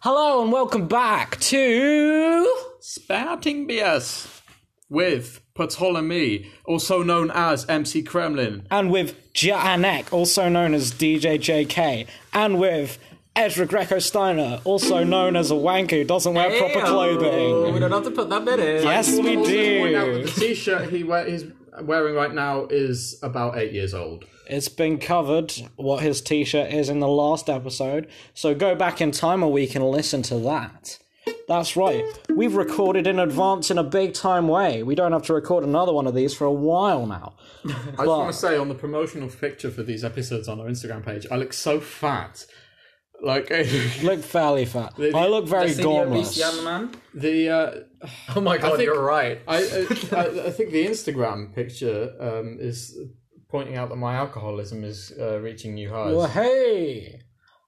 Hello and welcome back to. Spouting BS with Ptolemy, also known as MC Kremlin. And with Janek, also known as DJ JK. And with Ezra Greco Steiner, also known as a wanker who doesn't wear proper clothing. We don't have to put that bit in. Yes, we Point out that do. the T-shirt he wear, he's wearing right now is about eight years old. It's been covered what his t shirt is in the last episode, so go back in time a week and listen to that. That's right, we've recorded in advance in a big time way. We don't have to record another one of these for a while now. I just want to say on the promotional picture for these episodes on our Instagram page, I look so fat. Like Look fairly fat. I look very See the obese gormless. young man? the, uh, Oh my god, think- you're right. I, I I- I think the Instagram picture um, is pointing out that my alcoholism is uh, reaching new highs. Well, hey!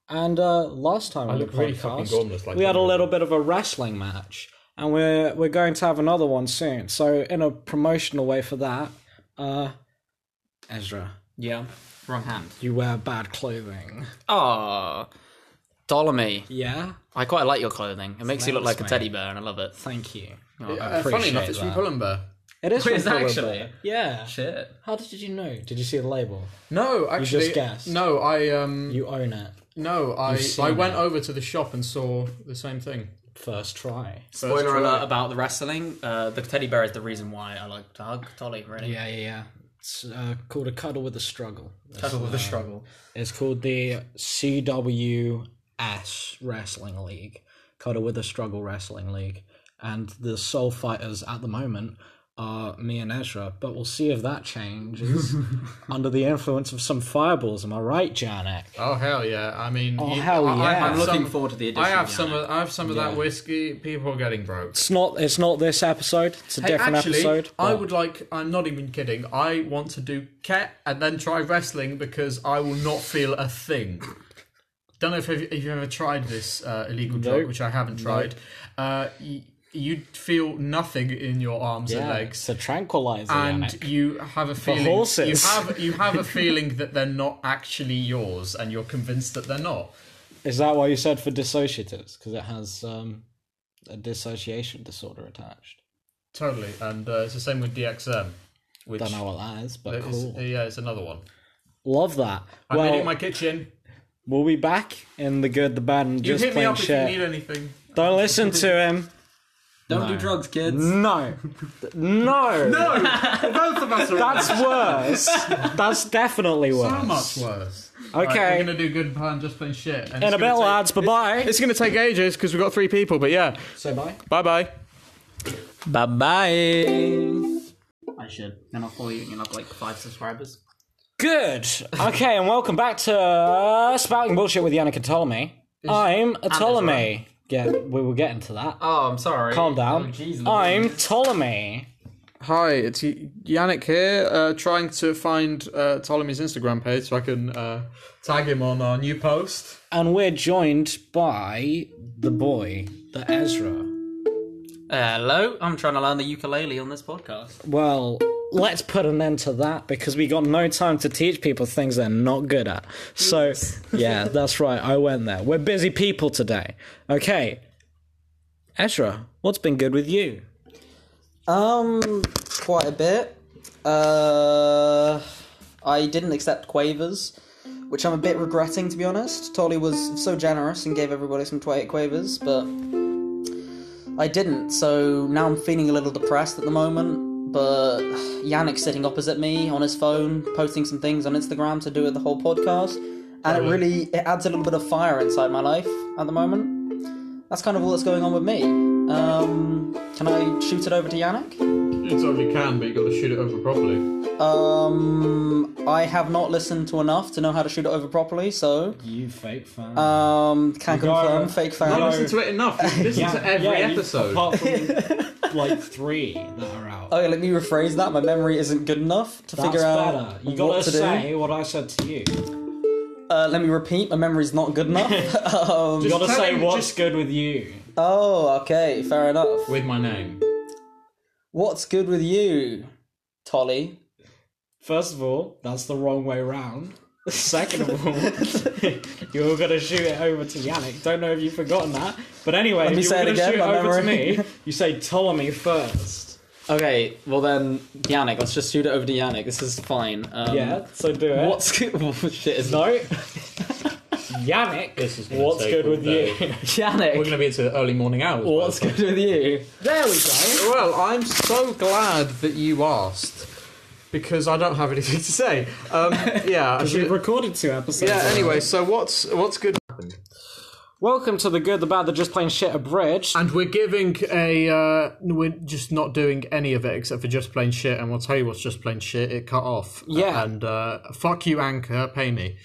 And uh, last time on the look really fucking podcast, gormless like we had a that. little bit of a wrestling match, and we're we're going to have another one soon. So, in a promotional way for that, uh, Ezra, Yeah. Wrong hand. you wear bad clothing. Ah. Ptolemy. Yeah, I quite like your clothing. It makes you look like a teddy bear and I love it. thank you. Uh, funny enough, it's from Pull&Bear. It is, Wait, from is it Pull&Bear. actually? Yeah. Shit. How did you know? Did you see the label? No, actually, guessed. no. I um, You own it. no, I seen I went over to the shop and saw the same thing. First try. First Spoiler try. alert about the wrestling. Uh, the teddy bear is the reason why I like to hug Tolly, really. Yeah, yeah, yeah. It's uh, called a cuddle with a struggle. Cuddle with a struggle. It's called the CWS Wrestling League, Cuddle with a Struggle Wrestling League. And the sole fighters at the moment are me and Ezra, but we'll see if that changes under the influence of some fireballs. Am I right, Janek? Oh hell yeah! I mean, oh, hell yeah. I'm looking forward to the I addition, have yeah. some. Of, I have some of that whiskey. People are getting broke. It's not. It's not this episode. It's a Hey, different actually, episode. Oh. I but would like. I'm not even kidding. I want to do ket and then try wrestling because I will not feel a thing. Don't know if you've, if you've ever tried this uh, illegal drug, which I haven't tried. Uh, y- you'd feel nothing in your arms and yeah, legs. It's a tranquilizer. and Yannick. you have a feeling horses. you have you have a feeling that they're not actually yours, and you're convinced that they're not. Is that why you said for dissociatives? Because it has um, a dissociation disorder attached. Totally, and uh, it's the same with DXM, which Don't know what that is, but is cool. yeah, it's another one. Love that. I made it well, in my kitchen. we'll be back in the good, the bad, and You just hit me plain up shit. if you need anything. Don't listen to him. Don't do drugs, kids. No, no, no. Both of us are That's worse. That's definitely worse. so much worse. Okay. we're gonna do good plan, just plain shit. And In a bit, lads. Bye bye. It's gonna take ages because we've got three people, but yeah. Say bye. Bye bye. Bye bye. I should. And I'll follow you and you'll have like five subscribers. Good. Okay, and welcome back to uh, spouting bullshit with Yannick and Ptolemy. I'm a Ptolemy. Yeah, we will get into that. Oh, I'm sorry. Calm down. Oh, jeez, I'm Louise. Ptolemy. Hi, it's Y- Yannick here, uh, trying to find uh, Ptolemy's Instagram page so I can uh, tag him on our new post. And we're joined by the boy, the Ezra. Hello. I'm trying to learn the ukulele on this podcast. Well, let's put an end to that because we got no time to teach people things they're not good at. So, yeah, that's right. I went there. We're busy people today. Okay. Ezra, what's been good with you? Um, quite a bit. Uh, I didn't accept quavers, which I'm a bit regretting to be honest. Tolly was so generous and gave everybody some twi- quavers, but I didn't. So now I'm feeling a little depressed at the moment. But Yannick's sitting opposite me on his phone, posting some things on Instagram to do with the whole podcast, and it really it adds a little bit of fire inside my life at the moment. That's kind of all that's going on with me. Um, can I shoot it over to Yannick? You totally can, but you got to shoot it over properly. Um, I have not listened to enough to know how to shoot it over properly, so You fake fan. um, can got- confirm, fake fan. got- Listen to it enough. You listen to every episode. apart from like three that are out. Okay, let me rephrase that. My memory isn't good enough to That's figure out better. You what gotta to say what I said to you. do. Uh, let me repeat. My memory's not good enough. um, You gotta tell say him what's just- good with you. oh, okay, fair enough. With my name. What's good with you, Tolly? First of all, that's the wrong way round. Second of all, you're going to shoot it over to Yannick. Don't know if you've forgotten that. But anyway, if me you're say it going to again, shoot it my over memory. to me, you say Ptolemy first. Okay, well then, Yannick. Let's just shoot it over to Yannick. This is fine. Um, Yeah, so do it. What's good? Oh, shit? Is No. not Yannick, This is gonna what's take good all with day. you? Yannick? We're going to be into the early morning hours. by What's the time. good with you? There we go. Well, I'm so glad that you asked because I don't have anything to say. Um, yeah, I We've should- recorded two episodes. yeah. already. Anyway, so what's what's good? Welcome to the good, the bad, the just plain shit abridged. And we're giving a uh, we're just not doing any of it except for just plain shit. And we'll tell you what's just plain shit. It cut off. Yeah. And uh, fuck you, anchor. Pay me.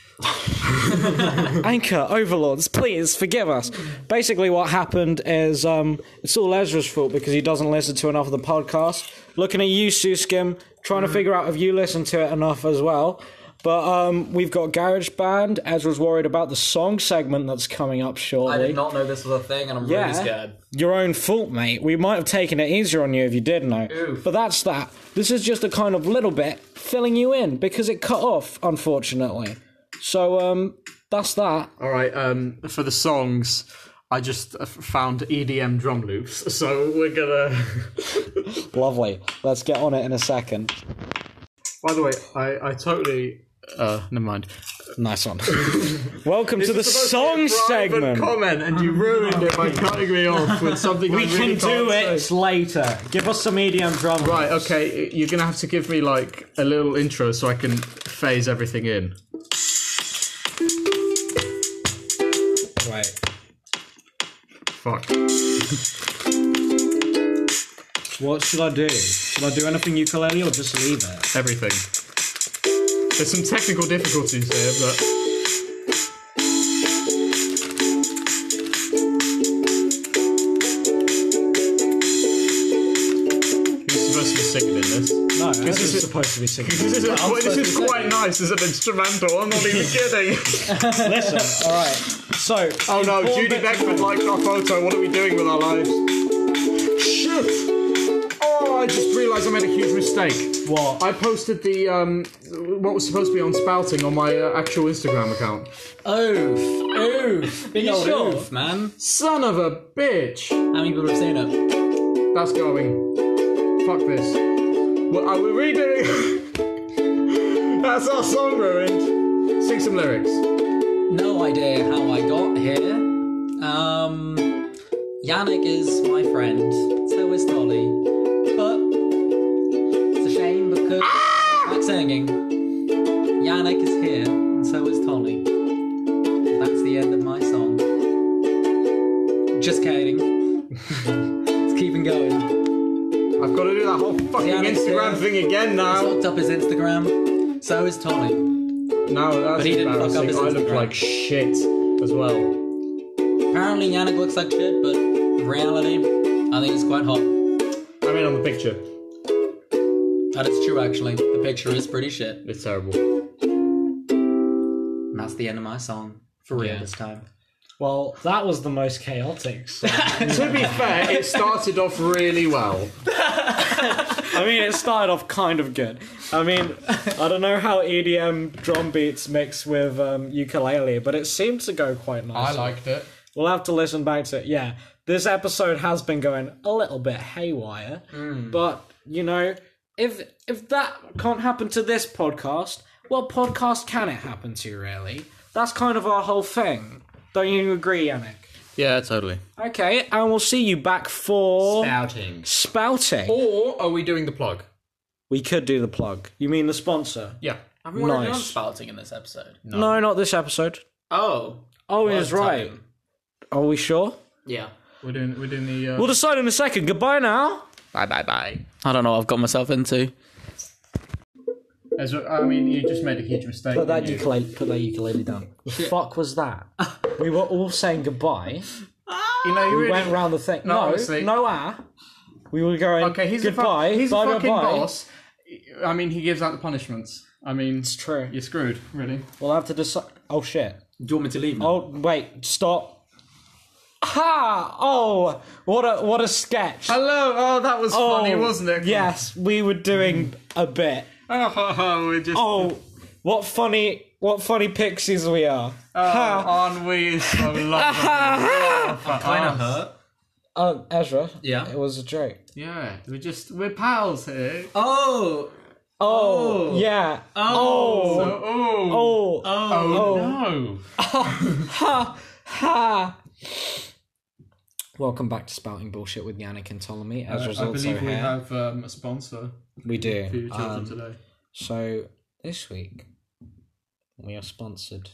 Anchor overlords, please forgive us. Basically, what happened is um, it's all Ezra's fault because he doesn't listen to enough of the podcast. Looking at you, Suskim, trying to Mm. figure out if you listen to it enough as well. But um, we've got GarageBand. Ezra's worried about the song segment that's coming up shortly. I did not know this was a thing, and I'm Yeah. really scared. Your own fault, mate. We might have taken it easier on you if you did know. Oof. But that's that. This is just a kind of little bit filling you in because it cut off, unfortunately. So um, that's that. All right. Um, for the songs, I just uh, found EDM drum loops. So we're gonna. Lovely. Let's get on it in a second. By the way, I I totally. Uh, never mind. Nice one. Welcome to the Supposed song to be a private segment. Comment and you ruined it by cutting me off with something I really can't say. later. Give us some EDM drum. Right, okay, you're gonna have to give me like a little intro so I can phase everything in. Right. Fuck. What should I do? Should I do anything ukulele or just leave it? Everything. There's some technical difficulties here, but Who's supposed to be singing in this? No, this is- is supposed to be singing. This is, quite, this is supposed to quite nice as an instrumental, I'm not even kidding. Listen, all right. So, Oh no, inform Judy the- Beckford liked our photo. What are we doing with our lives? Shit! Oh, I just realised I made a huge mistake. What? I posted the um, what was supposed to be on spouting on my uh, actual Instagram account. Oof, oof. Big old sure? oof, man. Son of a bitch! How many people have seen it? That's going. Fuck this. Well, are we redoing? That's our song ruined. Sing some lyrics. No idea how I got here. Um, Yannick is my friend, so is Dolly. But it's a shame because like singing. Yannick is here, and so is Tolly. That's the end of my song. Just kidding. Let's keep him going. I've got to do that whole fucking Yeah, let's do Instagram it. thing again He's now. looked up his Instagram. So is Tolly. No, that's he didn't fuck up embarrassing. his I look Instagram. like shit as well. Apparently, Yannick looks like shit, but in reality, I think he's quite hot. I mean, on the picture, That is true, actually. The picture is pretty shit. it's terrible. And that's the end of my song. For real Yeah. this time. Well, that was the most chaotic. so- to be fair, it started off really well. I mean, it started off kind of good. I mean, I don't know how EDM drum beats mix with um, ukulele, but it seemed to go quite nicely. it. We'll have to listen back to it. Yeah, this episode has been going a little bit haywire, Hmm. but you know, if if that can't happen to this podcast, what podcast can it happen to? Really, that's kind of our whole thing. Don't you agree, Yannick? Yeah, totally. Okay, and we'll see you back for Outing. spouting. Or are we doing the plug? We could do the plug. You mean the sponsor? Yeah. Have we already Nice. done spouting in this episode? No, not this episode. Oh. Oh, he's right. Are we sure? Yeah. We're doing. We're doing the. Uh... We'll decide in a second. Goodbye now. Bye bye bye. I don't know what I've got myself into. As, I mean, you just made a huge mistake. Put that didn't you? ukulele, put that ukulele down. The fuck was that? we were all saying goodbye. You know, We you really. went round the thing. No, honestly. no, ah. We were going. okay, he's goodbye. The fu- he's bye, the bye, fucking bye. boss. I mean, he gives out the punishments. I mean, It's true. you're screwed, really. We'll have to decide. Oh shit. Do you want me to leave now? Oh wait, stop. Ha! Oh, what a what a sketch. Hello. Oh, that was Oh, funny, wasn't it? Mm. Yes, we were doing a bit. Oh, we're just. Oh, what funny What funny pixies we are. Oh, aren't we so Kind of lovely? hurt. Um, Ezra. Yeah. It was a joke. yeah, we're just we're pals here. Oh. Oh, Oh. yeah. Oh. Oh. So- oh, Oh. oh, no! Ha. Welcome back to Spouting Bullshit with Yannick and Ptolemy. Ezra's Uh, I also believe here. we have um, a sponsor we for do. your children Um, today. So this week we are sponsored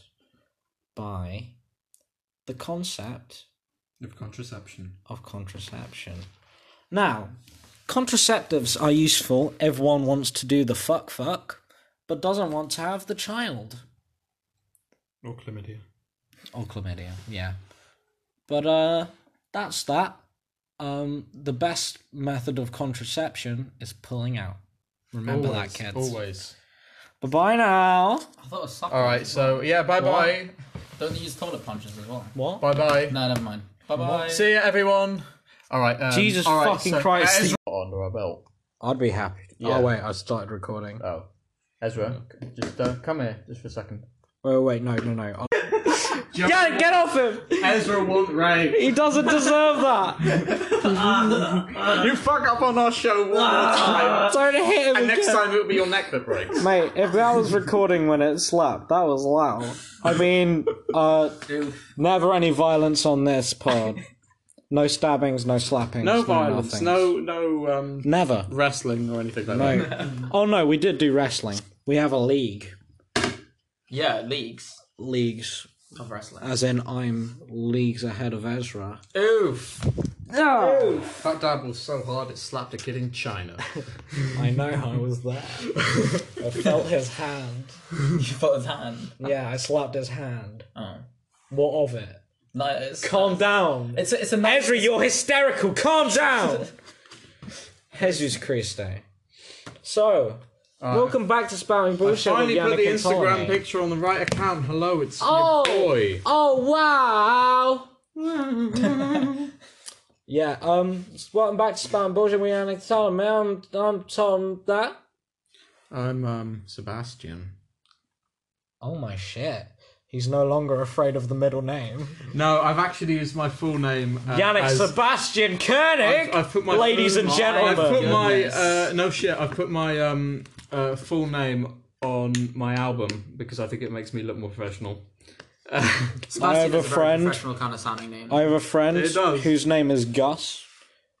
by the concept Of contraception. of contraception. Now, contraceptives are useful. Everyone wants to do the fuck fuck, but doesn't want to have the child. Or chlamydia. Or chlamydia, yeah. But uh that's that. Um the best method of contraception is pulling out. Remember always, that kids. Always. Bye bye now. I thought it was All right, so yeah, bye bye. Don't they use toilet punches as well? What? Bye bye. No, never mind. Bye bye. See ya, everyone. All right. Um, Jesus all right, fucking so Christ. Ezra under our belt. I'd be happy. Yeah. Oh wait, I started recording. Oh, Ezra, just uh, come here just for a second. Oh wait, no, no, no. yeah, get off him! Ezra won't rape. He doesn't deserve that. You fuck up on our show one more time. Don't hit him And again. next time it'll be your neck that breaks. Mate, if that was recording when it slapped, that was loud. I mean, uh, never any violence on this pod. No stabbings, no slappings. No violence, nothing. no no um, Never. wrestling or anything like that. No. oh no, we did do wrestling. We have a league. Yeah, leagues Leagues, of wrestling. as in I'm leagues ahead of Ezra. Oof! No. That dab was so hard it slapped a kid in China. I know I was there. I felt his hand. you put his hand. Yeah, I slapped his hand. Oh. What of it? No, it's Calm down. It's a, it's a nice. Ezra, you're hysterical. Calm down. Jesus Christo. So, welcome back to Spouting Bullshit. Finally with put the Yannick and Instagram Ptolemy. picture on the right account. Hello, it's Oh. your boy. Oh wow! yeah. Um. Welcome back to Spam Bullshit. We Yannick Tom. I'm I'm Tom. That. I'm um Sebastian. Oh my shit! He's no longer afraid of the middle name. No, I've actually used my full name. Uh, Yannick as- Sebastian Koenig. I've, I've put my ladies and my- gentlemen. I've put my Goodness. uh, no shit. I've put my um uh, full name on my album because I think it makes me look more professional. I have a friend. Professional kind of sounding name. I have a friend It does. whose name is Gus,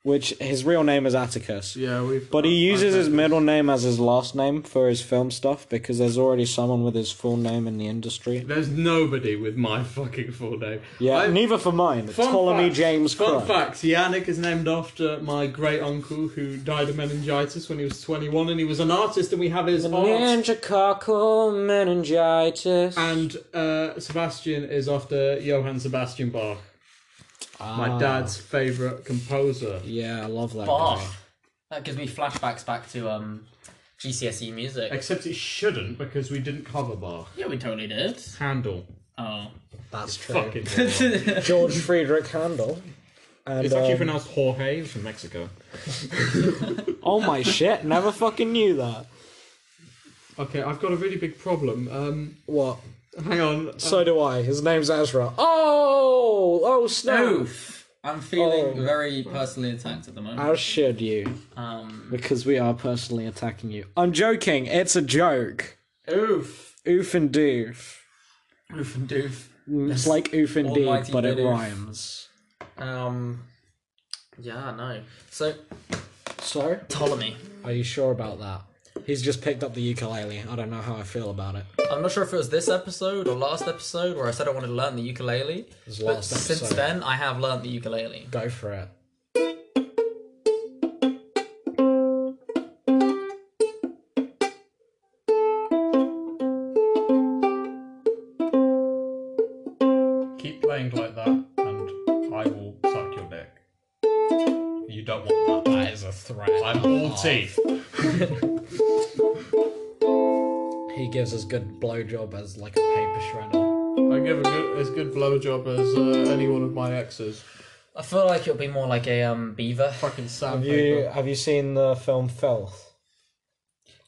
which his real name is Atticus. Yeah, we've. But he uses his middle name as his last name for his film stuff because there's already someone with his full name in the industry. There's nobody with my fucking full name. Yeah, I've- neither for mine. Fun Ptolemy fact- James Fun Crowe. fact: Yannick is named after my great uncle who died of meningitis when he was 21, and he was an artist. And we have his art. Meningococcal meningitis. And uh, Sebastian is after Johann Sebastian Bach, my dad's favorite composer. Ah, Yeah, I love that. Bah. guy. That gives me flashbacks back to um, GCSE E music. Except it shouldn't because we didn't cover Bach. yeah, we totally did. Handle. Oh. That's true. Fucking. it's George Friedrich Handel. And, actually um, pronounced Jorge He's from Mexico. oh my shit! Never fucking knew that. Okay, I've got a really big problem. Um, What? hang on. So do I. His name's Ezra. Oh, oh snap! Oof. I'm feeling Oh. very personally attacked at the moment. How should you? Um, Because we are personally attacking you. I'm joking. It's a joke. oof. Oof and doof. Oof and doof. It's like oof and Almighty doof, but it doof. rhymes. Um, yeah, no. So, So, Ptolemy. are you sure about that? He's just picked up the ukulele. I don't know how I feel about it. I'm not sure if it was this episode or last episode where I said I wanted to learn the ukulele. was But last since episode. then, I have learned the ukulele. Go for it. Uh, Keep playing like that, and I will suck your dick. You don't want that. That is a threat. I'm all Oh, Ah. teeth. He gives as good blowjob as like a paper shredder. I give a good, as good blowjob as uh, any one of my exes. I feel like it'll be more like a um beaver. Fucking Have sandpaper. you have you seen the film Filth?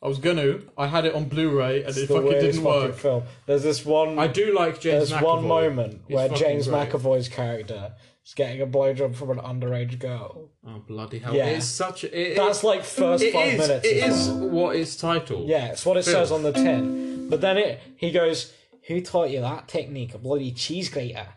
I was gonna. I had it on Blu-ray and it fucking didn't work. film. There's this one. I do like James. there's one McAvoy. moment He's where fucking James great. McAvoy's character is getting a blowjob from an underage girl. Oh bloody hell! Yeah. It's such. It, it- That's like first it five is- minutes. It as is well. what it's titled. Yeah, it's what it Film. says on the tin. But then it he goes, "Who taught you that technique? A bloody cheese grater."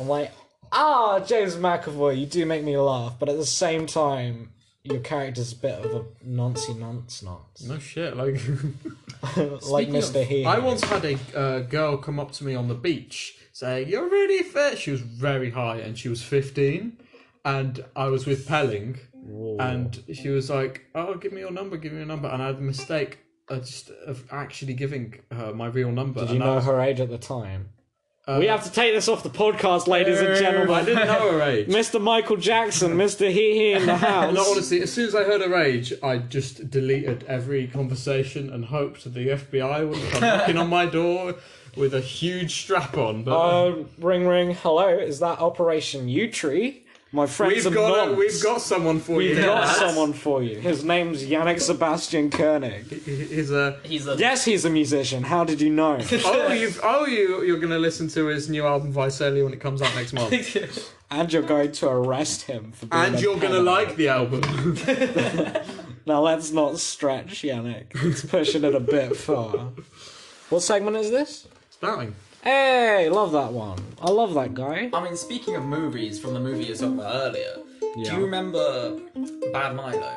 I'm like, ah, James McAvoy, you do make me laugh, but at the same time, your character's a bit of a nancy nonce nonce, No shit. Like. like Speaking Mister of- He. I once had a uh, girl come up to me on the beach saying, "You're really fit." She was very high, and she was 15, and I was with Pelling, and she was like, "Oh, give me your number, give me your number," and I had the mistake of just of actually giving her my real number. Did you and I know was- her age at the time? Um, we have to take this off the podcast, ladies and I gentlemen. didn't know her age. Mr. Michael Jackson, Mr. Hee Hee in the house. No, honestly, as soon as I heard her age, I just deleted every conversation and hoped that the FBI would come knocking on my door with a huge strap on. But Uh, ring ring, hello. Is that Operation U Tree? My friends We've are got, a, nuns. we've got someone for We've you. got someone for you. His name's Yannick Sebastian Koenig. Is a He's a Yes, he's a musician. How did you know? oh you oh you you're gonna listen to his new album Visalia when it comes out next month, and you're going to arrest him for being and a you're gonna pedophile. like the album. Now let's not stretch, Yannick. It's pushing it a bit far. What segment is this? Spouting. Hey, love that one. I love that guy. I mean, speaking of movies from the movie you talked about earlier, do Yeah. you remember Bad Milo?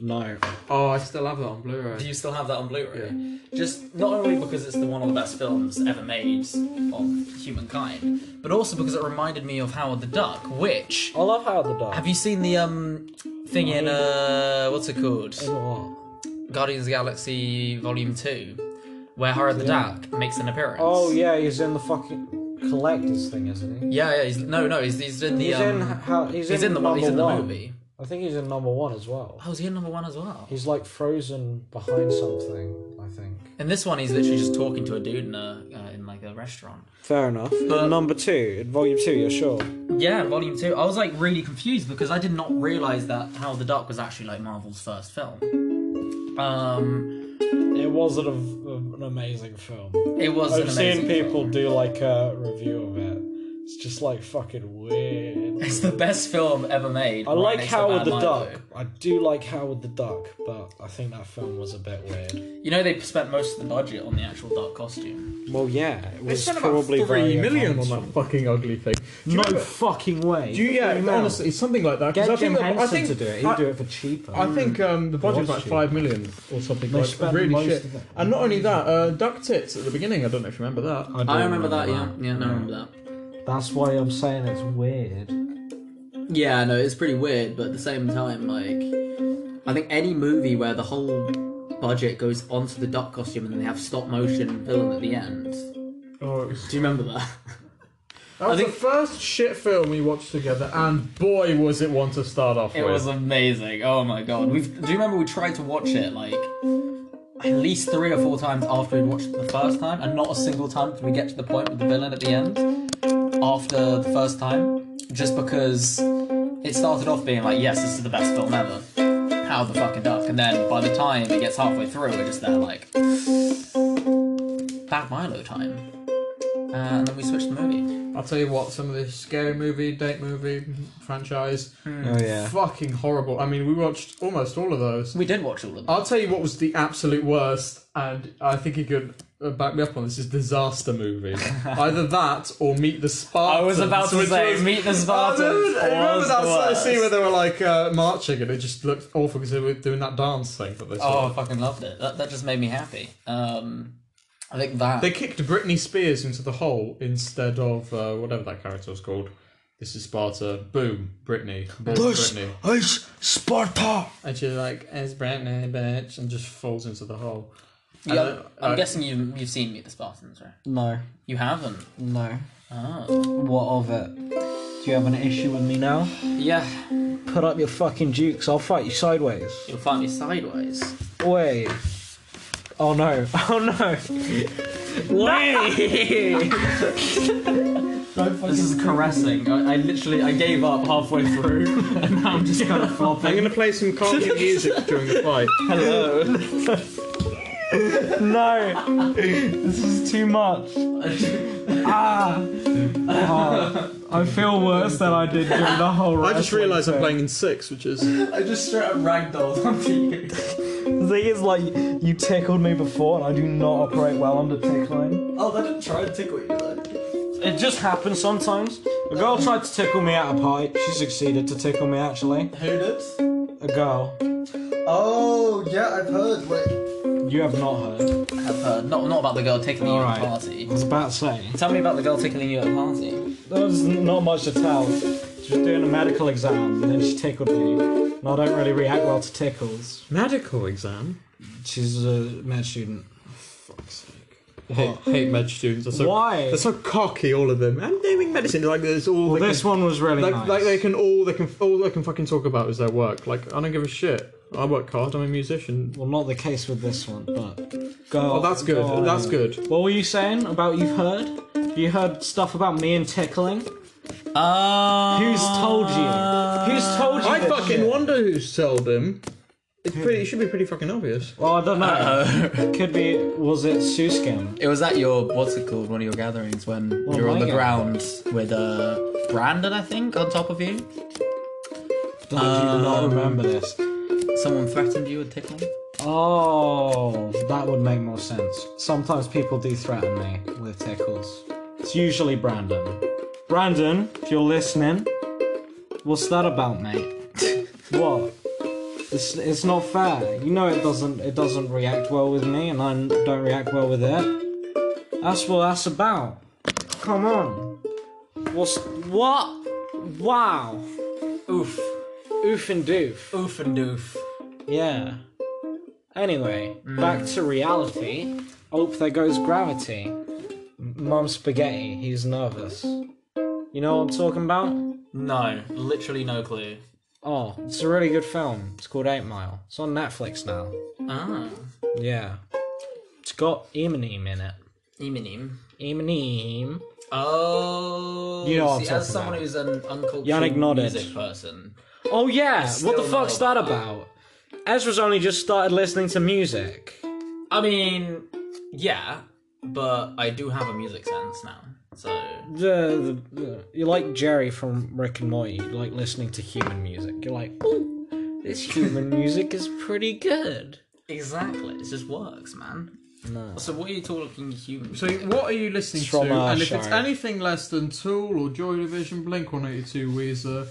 No. Oh, I still have that on Do Blu-ray. you still have that on Blu-ray? Just not only because it's the one of the best films ever made of humankind, but also because it reminded me of Howard the Duck, which I love Howard the Duck. have you seen the um thing in uh what's it called? Guardians of the Galaxy Volume Two, where Howard the Duck makes an appearance. Oh yeah, he's in the fucking collectors thing, isn't he? yeah, yeah. He's, no, no, he's, he's in the He's um, in. How, he's, he's in, in the one. number He's in the one. movie. I think he's in number one as well. Oh, is he in number one as well? He's like frozen behind something. I think. In this one, he's literally just talking to a dude in a uh, in like a restaurant. Fair enough. But- number two, in volume two, you're sure. Yeah, Volume Two. I was like really confused because I did not realize that How the Duck was actually like Marvel's first film. Um, It was an, an amazing film. it was. an I've seen amazing people film. do like a review of it. It's just like fucking weird. It's the best film ever made. I right like next to Howard Bad the Milo. Duck. I do like Howard the Duck, but I think that film was a bit weird. You know they spent most of the budget on the actual duck costume. Well, yeah, it was spent about three million on that fucking ugly thing. Do you No remember- fucking way. do you, yeah, honestly, something like that. 'cause Get I Jim think the- I Henson think to do it. He'd I- do it for cheaper. I think um, the budget was like cheap. five million or something. They like, spent really most shit. of it. And not only that, uh, duck tits at the beginning. I don't know if you remember that. do I remember that. Yeah, yeah, no, I remember that. That's why I'm saying it's weird. Yeah, no, it's pretty weird, but at the same time, like, I think any movie where the whole budget goes onto the duck costume and then they have stop motion villain at the end. Do Oh, it was- you remember that? that was think- the first shit film we watched together, and boy, was it one to start off It with. was amazing. Oh my god. We've, do you remember we tried to watch it like at least three or four times after we'd watched it the first time, and not a single time did we get to the point with the villain at the end after the first time, just because it started off being like, yes, this is the best film ever. How the fucking duck, and then by the time it gets halfway through, we're just there like, bad Milo time, uh, and then we switched the movie. I'll tell you what, some of this scary movie, date movie franchise, Hmm. Oh yeah. fucking horrible. I mean, we watched almost all of those. We did watch all of them. I'll tell you what was the absolute worst, and I think you could uh, back me up on this is disaster movie. Either that or Meet the I Spartans. was about to which say, was- meet the Oh, Spartans. dude, I remember was that the sort of scene worst. where they were like uh, marching and it just looked awful because they were doing that dance thing that they saw. Oh, I fucking loved it. That, that just made me happy. Um, I think that. They kicked Britney Spears into the hole instead of uh, whatever that character was called. This is Sparta. Boom, Britney. Boom, Britney. Ice Sparta. And she's like, it's Britney, bitch, and just falls into the hole. yeah, I don't- I'm I- guessing you've, you've seen Meet the Spartans, right? No, You haven't. no. Oh. What of it? Do you have an issue with me now? Yeah, Put up your fucking dukes. I'll fight you sideways. you'll find me sideways. Wait. Oh no. Oh no. Wait. This is caressing. I, I literally I gave up halfway through, and now I'm just kind of flopping. I'm going to play some calming music during the fight. Hello. no, this is too much. Ah, Oh, I feel worse than I did during the whole. I just realised I'm playing in six, which is I just straight up ragdolled onto you. The thing is, like, you tickled me before, and I do not operate well under tickling. Oh, that didn't try and tickle you though. It just happens sometimes. A girl tried to tickle me at a party. She succeeded to tickle me actually. Who did? A girl. Oh yeah, I've heard. You have not heard. I've heard. uh, Not not about the girl tickling you at Alright. a party. I was about to say. Tell me about the girl tickling you at a party. There's not much to tell. She was doing a medical exam and then she tickled me. And I don't really react well to tickles. medical exam. She's a med student. Hate, hate med students. They're so, Why? They're so cocky, all of them. And naming medicine like there's all. Well, they this can, one was really like, nice. like they can all they can all they can fucking talk about is their work. Like I don't give a shit. I work hard. I'm a musician. well, not the case with this one, but go. Oh, that's good. go on. That's good. What were you saying about you've heard? You heard stuff about me and tickling. Uh, Who's told you? Who's told you? I that fucking shit? wonder who's told them. It's pretty. It should be pretty fucking obvious. Well, I don't know. Could be. Was it Suskim? It was at your what's it called? One of your gatherings when you were on my the ground with uh, Brandon, I think, on top of you. Did you not remember this? Someone threatened you with tickling. Oh, that would make more sense. Sometimes people do threaten me with tickles. It's usually Brandon. Brandon, if you're listening, what's that about, mate? what? It's, it's not fair. You know it doesn't it doesn't react well with me, and I don't react well with it. That's what that's about. Come on. What's what? Wow. Oof, Oof and doof. oof and doof. Yeah. Anyway, back to reality. Oh, there goes gravity. M- Mom spaghetti, he's nervous. You know what I'm talking about? No, literally no clue. Oh, it's a really good film. It's called Eight Mile. It's on Netflix now. Ah, Yeah. It's got Eminem in it. Eminim. Eminem. Oh, You know what I'm see, talking as someone about. who's an uncultured Yannick nodded. music person. Oh yeah, what the Still fuck's not that about? Ezra's only just started listening to music. I mean, yeah, but I do have a music sense now, so. the, the, the you're like Jerry from Rick and Morty. You like listening to human music. You're like, ooh, this human music is pretty good. Exactly. It just works, man. No. So what are you talking human? So what are you listening From to? our And if it's show. anything less than Tool or Joy Division, Blink 182, Weezer,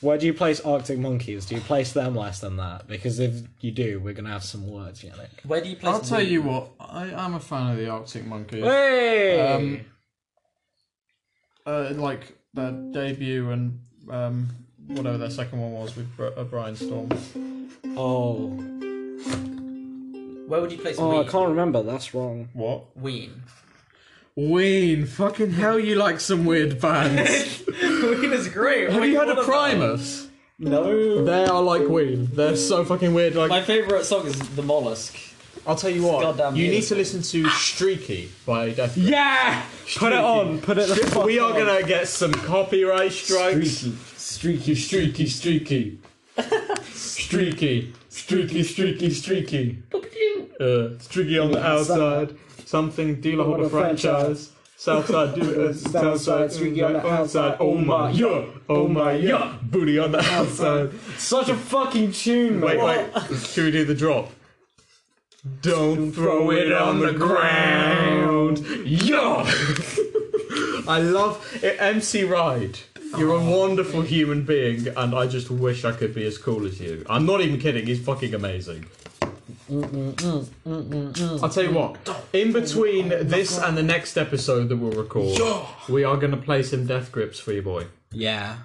Where do you place Arctic Monkeys? Do you place them less than that? Because if you do, we're gonna have some words, Yannick. Where do you place? I'll tell you what. I, I'm a fan of the Arctic Monkeys. Hey, Um, uh, like their debut and um, whatever their second one was with Br- uh, Brian Storm. oh, Where would you place? oh, I ween? can't remember. That's wrong. What? Ween. Ween. Fucking hell, you like some weird bands. Ween is great. Have you heard of Primus? No. They are like Ween. They're so fucking weird. Like My favorite song is The Mollusk. I'll tell you what. goddamn You need music. to listen to Streaky by Death. Threat. Yeah. Put it on. Put it. The fuck We are on. gonna get some copyright strikes. streaky. Streaky, streaky, streaky, streaky, streaky, streaky. Uh, streaky on the outside. Something dealer What hopper a franchise. franchise. Southside, do it. Southside, Southside, streaky on the outside. Oh my, yeah. Oh my, yeah. Booty on the outside. Such a fucking tune. Wait, man. wait. Should we do the drop? Don't throw it on the ground. Yeah. I love it. MC Ride. You're a wonderful human being, and I just wish I could be as cool as you. I'm not even kidding. He's fucking amazing. I'll tell you what. In between this and the next episode that we'll record, we are going to play some death grips for you, boy. Yeah.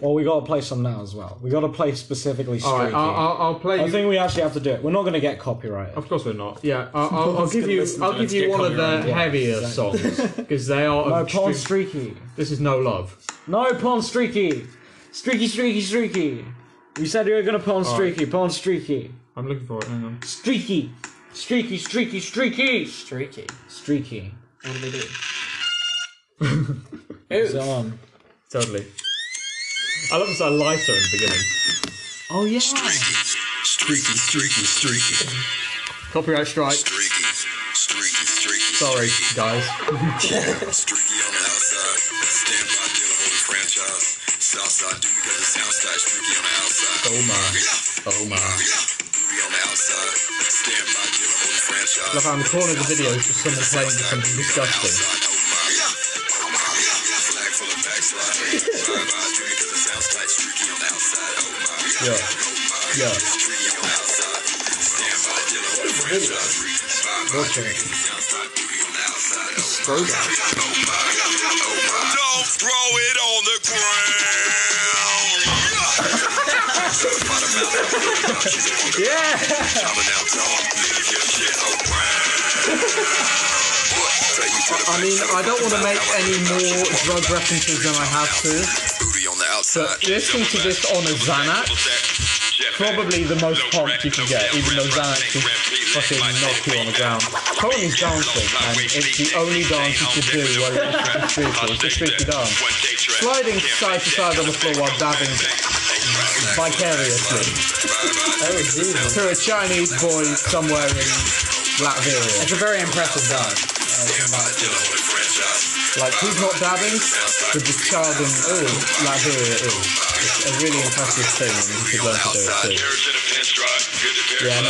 Well, we gotta play some now as well. We gotta play specifically All streaky. right, I'll, I'll, I'll play. I think we actually have to do it. We're not going to get copyrighted. Of course we're not. Yeah, I'll, I'll, I'll give you. listen to I'll give us you get one of their copyrighted. heavier songs because they are. No of pawn extreme- Uh, streaky. this is no love. No pawn streaky. Streaky, streaky, streaky. You said you were going to pawn streaky. Pawn streaky. I'm looking for it. Hang on. Streaky. Streaky, streaky, streaky. Streaky. Streaky. What do they do? So on. Totally. I love this. I lighter in the beginning. Oh yeah. Streaky, streaky, streaky. Copyright strike. Streaky, streaky, streaky. Sorry, guys. Streaky on the outside. Stand by, deal, hold the franchise. Southside, do because it sounds tight. Streaky on the outside. Oh my. Yeah, Oh my. yeah. Booty on the outside. Stand by, deal, hold the franchise. Look, I'm calling the video for someone playing something disgusting. Outside, oh my. Yeah. Oh my. Yeah. Flag full of backslide. Bye bye, do because it sounds tight. Streaky on the outside. Oh my. Yeah. Oh my. Yeah. Streaky on the outside. Stand by, deal, hold the franchise. Bye bye, do because it sounds tight. Booty on the outside. Oh my. Don't throw it on the ground. Yeah! I mean, I don't want to make any more drug references than I have to, Booty on the but outside. listen to this on a Xanax. Probably the most pumped you can get, even though Xanax is fucking knock you on the ground. Tony's dancing, and it's the only dance you could do while you're listening to Streaky. It's a streaky dance. Sliding side to side on the floor while dabbing vicariously Oh, Jesus. to a Chinese boy somewhere in Latvia. It's a very impressive dance. Like, he's not dabbing, but this child in oh, Liberia is. It's a really impressive thing, and you should learn to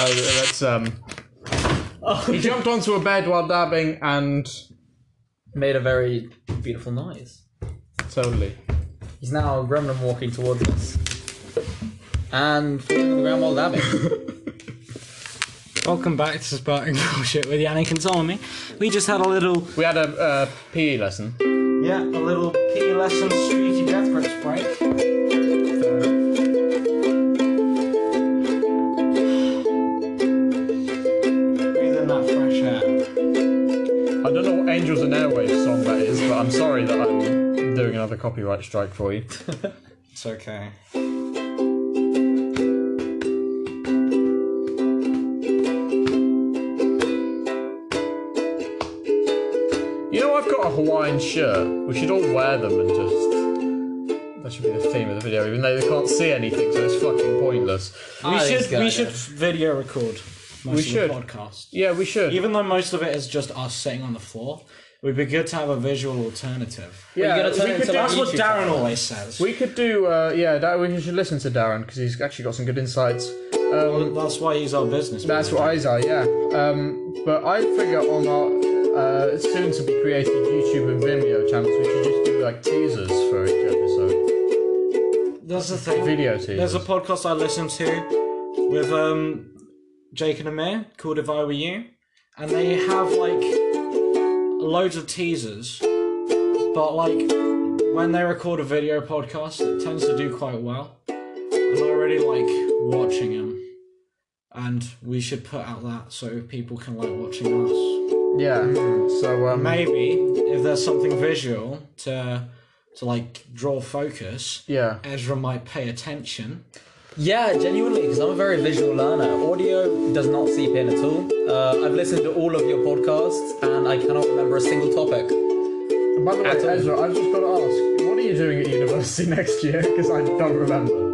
do it too. Yeah, no, that's, um... He jumped onto a bed while dabbing, and... Made a very beautiful noise. Totally. He's now a gremlin walking towards us. And falling on the ground while dabbing. Welcome back to Spartan Bullshit with Yannick and Tommy. We just had a little We had a uh, PE lesson. Yeah, a little PE lesson streaky death grips break. Breathe in that fresh air. I don't know what Angels and Airwaves song that is, but I'm sorry that I'm doing another copyright strike for you. It's okay. You know, I've got a Hawaiian shirt. We should all wear them and just. That should be the theme of the video, even though they can't see anything, so it's fucking pointless. We I think it's a should good we idea. should video record most of should. the podcast. Yeah, we should. Even though most of it is just us sitting on the floor, it would be good to have a visual alternative. yeah, gotta turn we it could do- to like That's what YouTube Darren always says. We could do, uh, yeah, that, we should listen to Darren because he's actually got some good insights. Um, That's why he's our business. that's what manager. eyes are, yeah. Um, but I figure on our uh, soon to be created YouTube and Vimeo channels, we should just do like teasers for each episode. That's the thing. Video teasers. There's a podcast I listen to with um, Jake and Amir called If I Were You, and they have like loads of teasers, but like when they record a video podcast, it tends to do quite well. And I really like watching them, and we should put out that so people can like watching us. yeah. So, um, Maybe if there's something visual to to like draw focus, yeah. Ezra might pay attention. yeah, genuinely, because I'm a very visual learner. Audio does not seep in at all. Uh, I've listened to all of your podcasts and I cannot remember a single topic. By the way, At all. Ezra, I've just got to ask, what are you doing at university next year? Because I don't remember.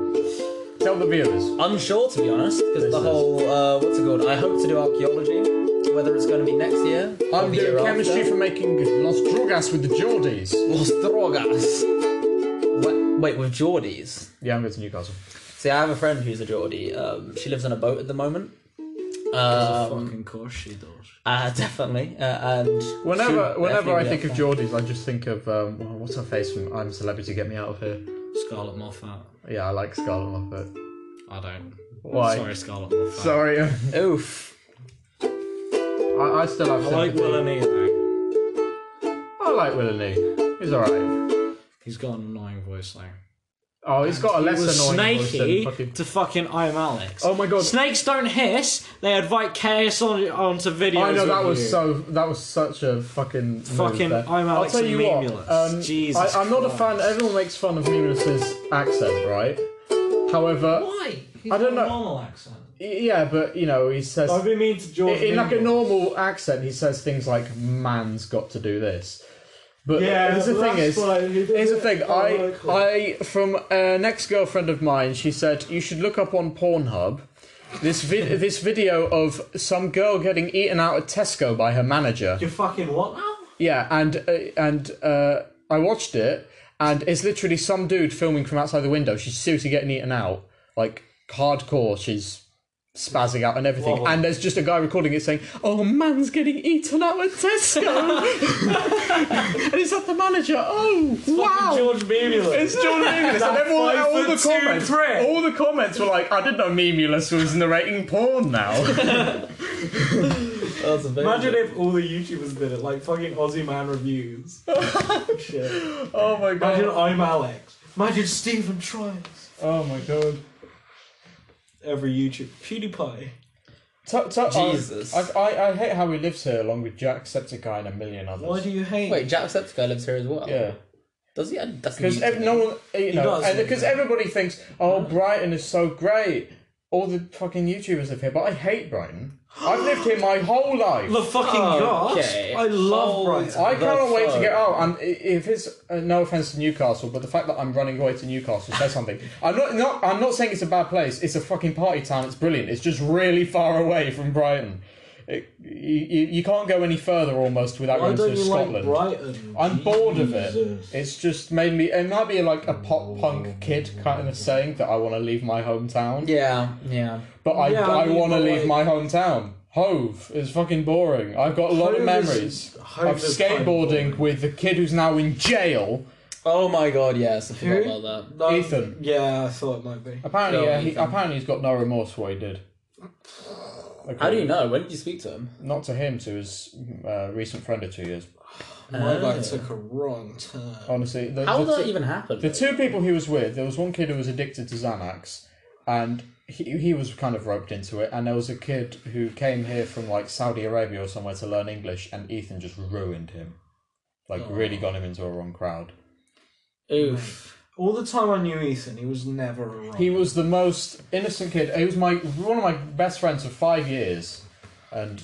Tell the viewers. Unsure, to be honest, because the is- whole uh, what's it called? I hope to do archaeology. Whether it's going to be next year, or I'm the year doing chemistry after. for making Los Drogas with the Geordies. Los Drogas. Wait, wait, with Geordies. Yeah, I'm going to Newcastle. See, I have a friend who's a Geordie. Um, she lives on a boat at the moment. Um, Mm. Fucking course she does. uh, definitely. Uh, and Whenever, should whenever I E definitely think be of up Geordies, I just think of um, oh, what's her face from I'm a Celebrity, Get Me Out of Here. Scarlet Moffat. Yeah, I like Scarlett Moffat. I don't. Why? Sorry, Scarlet Moffat. Sorry, I, there. Oof. I still have I like sympathy. Will and E though. I like Will and He's all right. He's got an annoying voice though. Oh, he's got a less annoying voice than Snaky fucking. to fucking I am Alex. Oh my God. Snakes don't hiss. They invite chaos on, onto videos. I know that of was you. so. That was such a fucking. Fucking move there. I'm Alex I'll tell you Memulus. what. Um, Jesus I, I'm not a fan. Christ. Everyone makes fun of Memulus's accent, right? However, Why? He's I don't got a know. Normal accent. y- yeah, but you know, he says I've been mean to George. in like a Michael. normal accent, he says things like "man's got to do this." But Yeah, here's the but thing that's is, fine. He Oh, here's the doesn't thing. I, ironically. I, from an ex-girlfriend of mine, she said you should look up on Pornhub This vid- this video of some girl getting eaten out at Tesco by her manager. You're fucking what now? Yeah, and uh, and uh, I watched it, and it's literally some dude filming from outside the window. She's seriously getting eaten out, like hardcore. She's spazzing out and everything. And there's just a guy recording it saying, "Oh, a man's getting eaten out at Tesco," and it's at the manager. Oh, wow! George Mimulus. It's John Mimulus, and everyone, five all foot the two comments, prick. all the comments were like, "I didn't know Mimulus was narrating porn now." Imagine if all the YouTubers did it, like fucking Aussie Man reviews. Shit. oh my god! Imagine I'm Alex. Imagine Stephen tries. Oh my god! Every YouTube PewDiePie. Tuck, tuck, Jesus. I, I, I hate how he lives here along with Jacksepticeye and a million others. Why do you hate? Wait, Jacksepticeye lives here as well. Yeah, Does he? Doesn't because he? ev- no one, eh, you know, does, and- yeah. because everybody thinks, oh, Brighton is so great. All the fucking YouTubers live here, but I hate Brighton. I've lived here my whole life. the fucking gosh! okay. I love Hold Brighton. I The cannot wait to fuck? get out. I'm, i- if it's uh, no offense to Newcastle, but the fact that I'm running away to Newcastle says something. I'm not, not I'm not saying it's a bad place. It's a fucking party town. It's brilliant. It's just really far away from Brighton. It, you, you you can't go any further almost without Why going don't to you like Scotland. Brighton? I'm bored of it. Jesus. It's just made me. It might be like a pop punk kid kind of saying that I want to leave my hometown, Yeah, yeah. but I, Yeah, I I, mean, want to but leave my like- hometown. Hove is fucking boring. I've got a lot of Hove is- memories of Hove is kind of skateboarding boring. with the kid who's now in jail. Oh my god, yes, I forgot Who? about that. No, Ethan. Yeah, I thought it might be. Apparently, Yeah, yeah, he, Ethan. apparently he's got no remorse for what he did. How do you know? When did you speak to him? Not to him, to his uh, recent friend of two years. My Oh. guy took a wrong turn. Honestly, the, How the did that two- even happen? The two people he was with, there was one kid who was addicted to Xanax, and he, he was kind of roped into it. And there was a kid who came here from like Saudi Arabia or somewhere to learn English, and Ethan just ruined him. Like, Oh. really got him into a wrong crowd. Oof. All the time I knew Ethan, he was never wrong. He was the most innocent kid. He was my one of my best friends for five years. And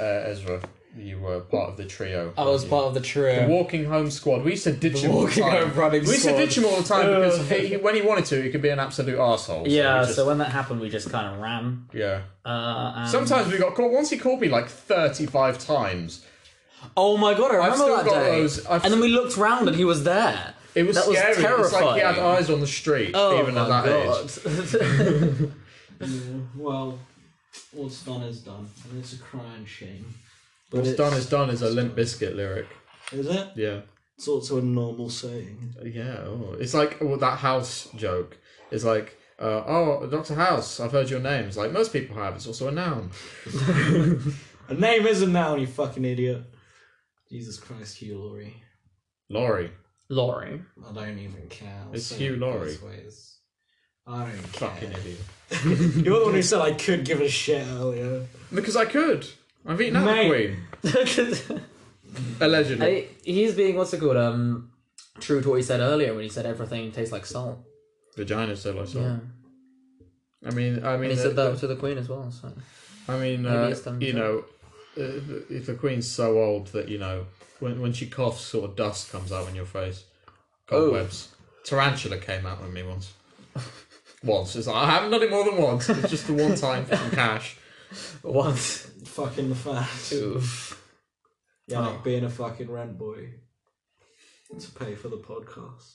uh, Ezra, you were part of the trio. I was part of the Oh The trio. walking home squad. We used to ditch him walking all the time. home running we used squad. to ditch him all the time because he, he- when he wanted to, he could be an absolute asshole. Yeah, so when that happened, we just kind of ran. yeah. Uh, and... Sometimes we got caught. Once he called me like thirty-five times. Oh my god, I remember still that got day. those- I've- And then we looked round and he was there. It was that scary. was terrifying. It's like he had eyes on the street, oh even at my that age. god. Well, what's done is done, and it's a crying shame. But What's it's, done is done is a Limp Biscuit lyric. Is it? Yeah, It's also a normal saying. yeah. Oh. It's like oh, that house joke. It's like, uh, oh, Doctor House, I've heard your name. It's like most people have. It's also a noun. A name is a noun, you fucking idiot. Jesus Christ, Hugh Laurie. Laurie. Laurie. I don't even care. I'll It's say Hugh it Laurie. both ways. I don't care. Fucking idiot. You're the one who said I could give a shit earlier. Because I could. I've eaten out the Mate. queen. Allegedly. Hey, he's being what's it called? Um, true to what he said earlier when he said everything tastes like salt. Vagina said I saw. Yeah, I mean, I mean, uh, and he said the- that to the queen as well. So I mean, Maybe uh, it's done you too. know, uh, if the queen's so old that you know, when when she coughs, sort of dust comes out on your face, Oh. cobwebs. Tarantula came out on me once. once it's like, I haven't done it more than once. It's just the one time for some cash. once, Fucking the fact. oof. Yeah, like being a fucking rent boy to pay for the podcast.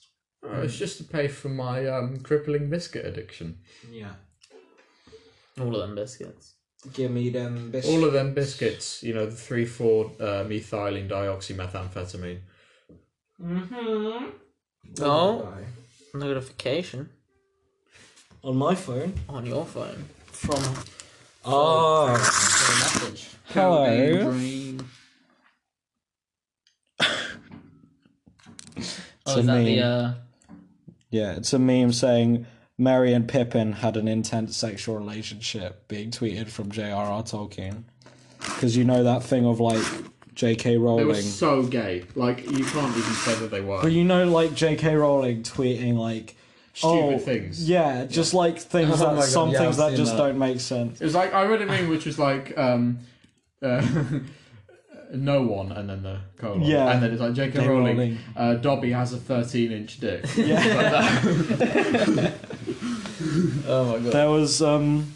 Uh, it's just to pay for my um, crippling biscuit addiction. Yeah. all of them biscuits. Give me them biscuits. All of them biscuits, you know, the three, four uh, methylene dioxymethamphetamine. Oh, notification On my phone. on your phone. From. Oh. Message. Hello. Oh, To is that me. the? Uh... Yeah, it's a meme saying Mary and Pippin had an intense sexual relationship, being tweeted from J.R.R. Tolkien. Because you know that thing of like J.K. They Rowling. were so gay. Like you can't even say that they were. But you know, like J.K. Rowling tweeting like Stupid oh, things. Yeah, just like things my that God, some yeah, things I've that seen just that. don't make sense. It was like I read a meme which was like um, uh, no one, and then the colon, Yeah. and then it's like J.K. J. Rowling. Rowling. Uh, Dobby has a thirteen-inch dick. Yeah, Oh my god. there was um,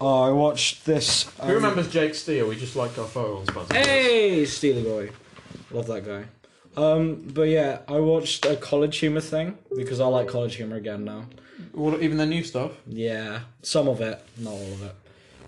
Oh, I watched this. Who remembers Jake Steele? We just liked our photos. But Hey, Steely Boy. Love that guy. Um, but yeah, I watched a college humor thing because I like college humor again now. even the new stuff. Yeah, some of it, not all of it.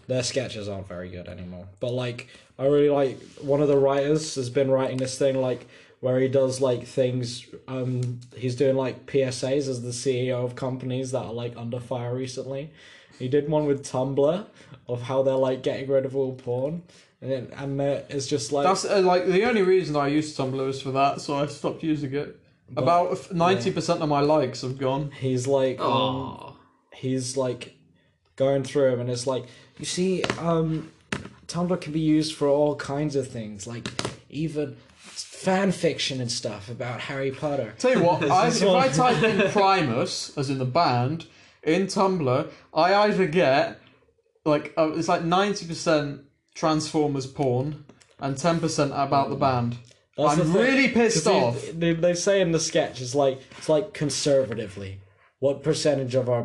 Their sketches aren't very good anymore. But like, I really like one of the writers has been writing this thing like where he does like things. Um, he's doing like PSAs as the CEO of companies that are like under fire recently. He did one with Tumblr of how they're like getting rid of all porn, and it, and it- it's just like That's uh, like the only reason I used Tumblr was for that, so I stopped using it. About ninety percent of my likes have gone. he's like um, he's like going through him and it's like you see um tumblr can be used for all kinds of things like even fan fiction and stuff about harry potter Tell you what, I, if I type in Primus, as in the band, in Tumblr, I either get like uh, it's like ninety percent Transformers porn and ten percent about the band. That's the I'm thing, really 'cause pissed they- off. they, they say in the sketch it's like it's like conservatively what percentage of our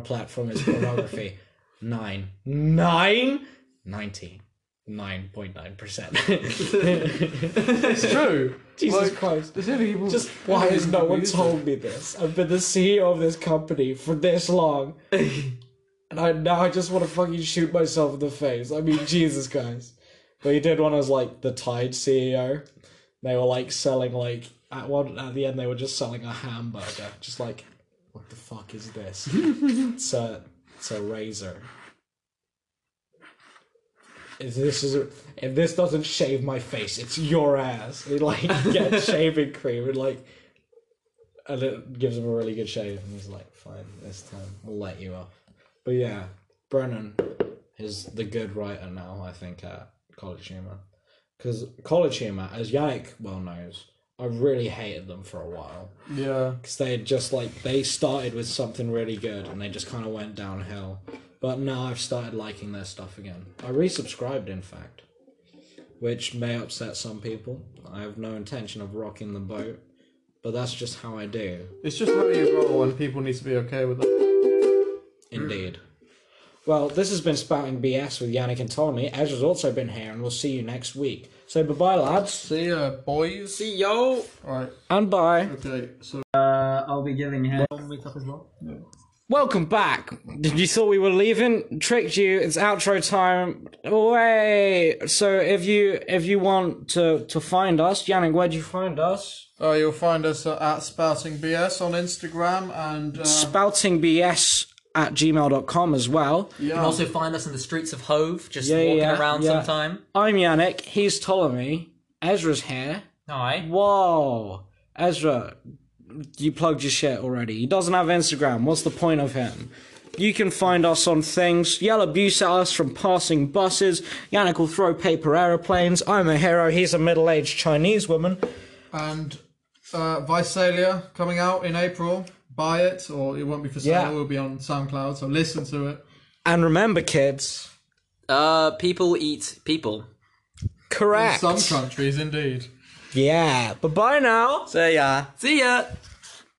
platform is pornography nine nine 19 9.9% It's true. jesus Like, christ There's only people. Just why has no one use it. told me this? I've been the CEO of this company for this long, and I now I just want to fucking shoot myself in the face. I mean, Jesus Christ! But he did one as like the Tide CEO. They were like selling like at one at the end they were just selling a hamburger, just like what the fuck is this? it's a it's a razor. If this is a, if this doesn't shave my face, it's your ass. He like gets shaving cream and like, and it gives him a really good shave, and he's like, "Fine, this time we'll let you off." But yeah, Brennan is the good writer now. I think at College Humor, because College Humor, as Yannick well knows, I really hated them for a while Yeah. because they had just like they started with something really good and they just kind of went downhill. But now I've started liking their stuff again. I resubscribed, in fact, which may upset some people. I have no intention of rocking the boat, but that's just how I do, It's just lonely as well when people need to be okay with it. indeed. Well, this has been Spouting BS with Yannick and Ptolemy. Edge has also been here, and we'll see you next week. So bye bye, lads. See ya, boys. See Yo. Alright, And bye. okay, so. Uh, I'll be giving him. Welcome back. Did you thought we were leaving? Tricked you. It's outro time. Away. So if you if you want to to find us, Yannick, where'd you find us? Uh, you'll find us uh, at Spouting BS on Instagram and. Uh, Spoutingbs at gmail.com as well. You can also find us in the streets of Hove, just Yeah, walking yeah, around yeah. sometime. I'm Yannick. He's Ptolemy. Ezra's here. Hi. Whoa. Ezra, you plugged your shit already. He doesn't have Instagram. What's the point of him? You can find us on things. Yell abuse at us from passing buses. Yannick will throw paper aeroplanes. I'm a hero. He's a middle aged Chinese woman. and uh, Visalia coming out in April. Buy it, or it won't be for sale. Yeah. It will be on SoundCloud, so listen to it. And remember, kids. Uh, people eat people. Correct. Some countries, indeed. yeah. Bye bye now. See ya.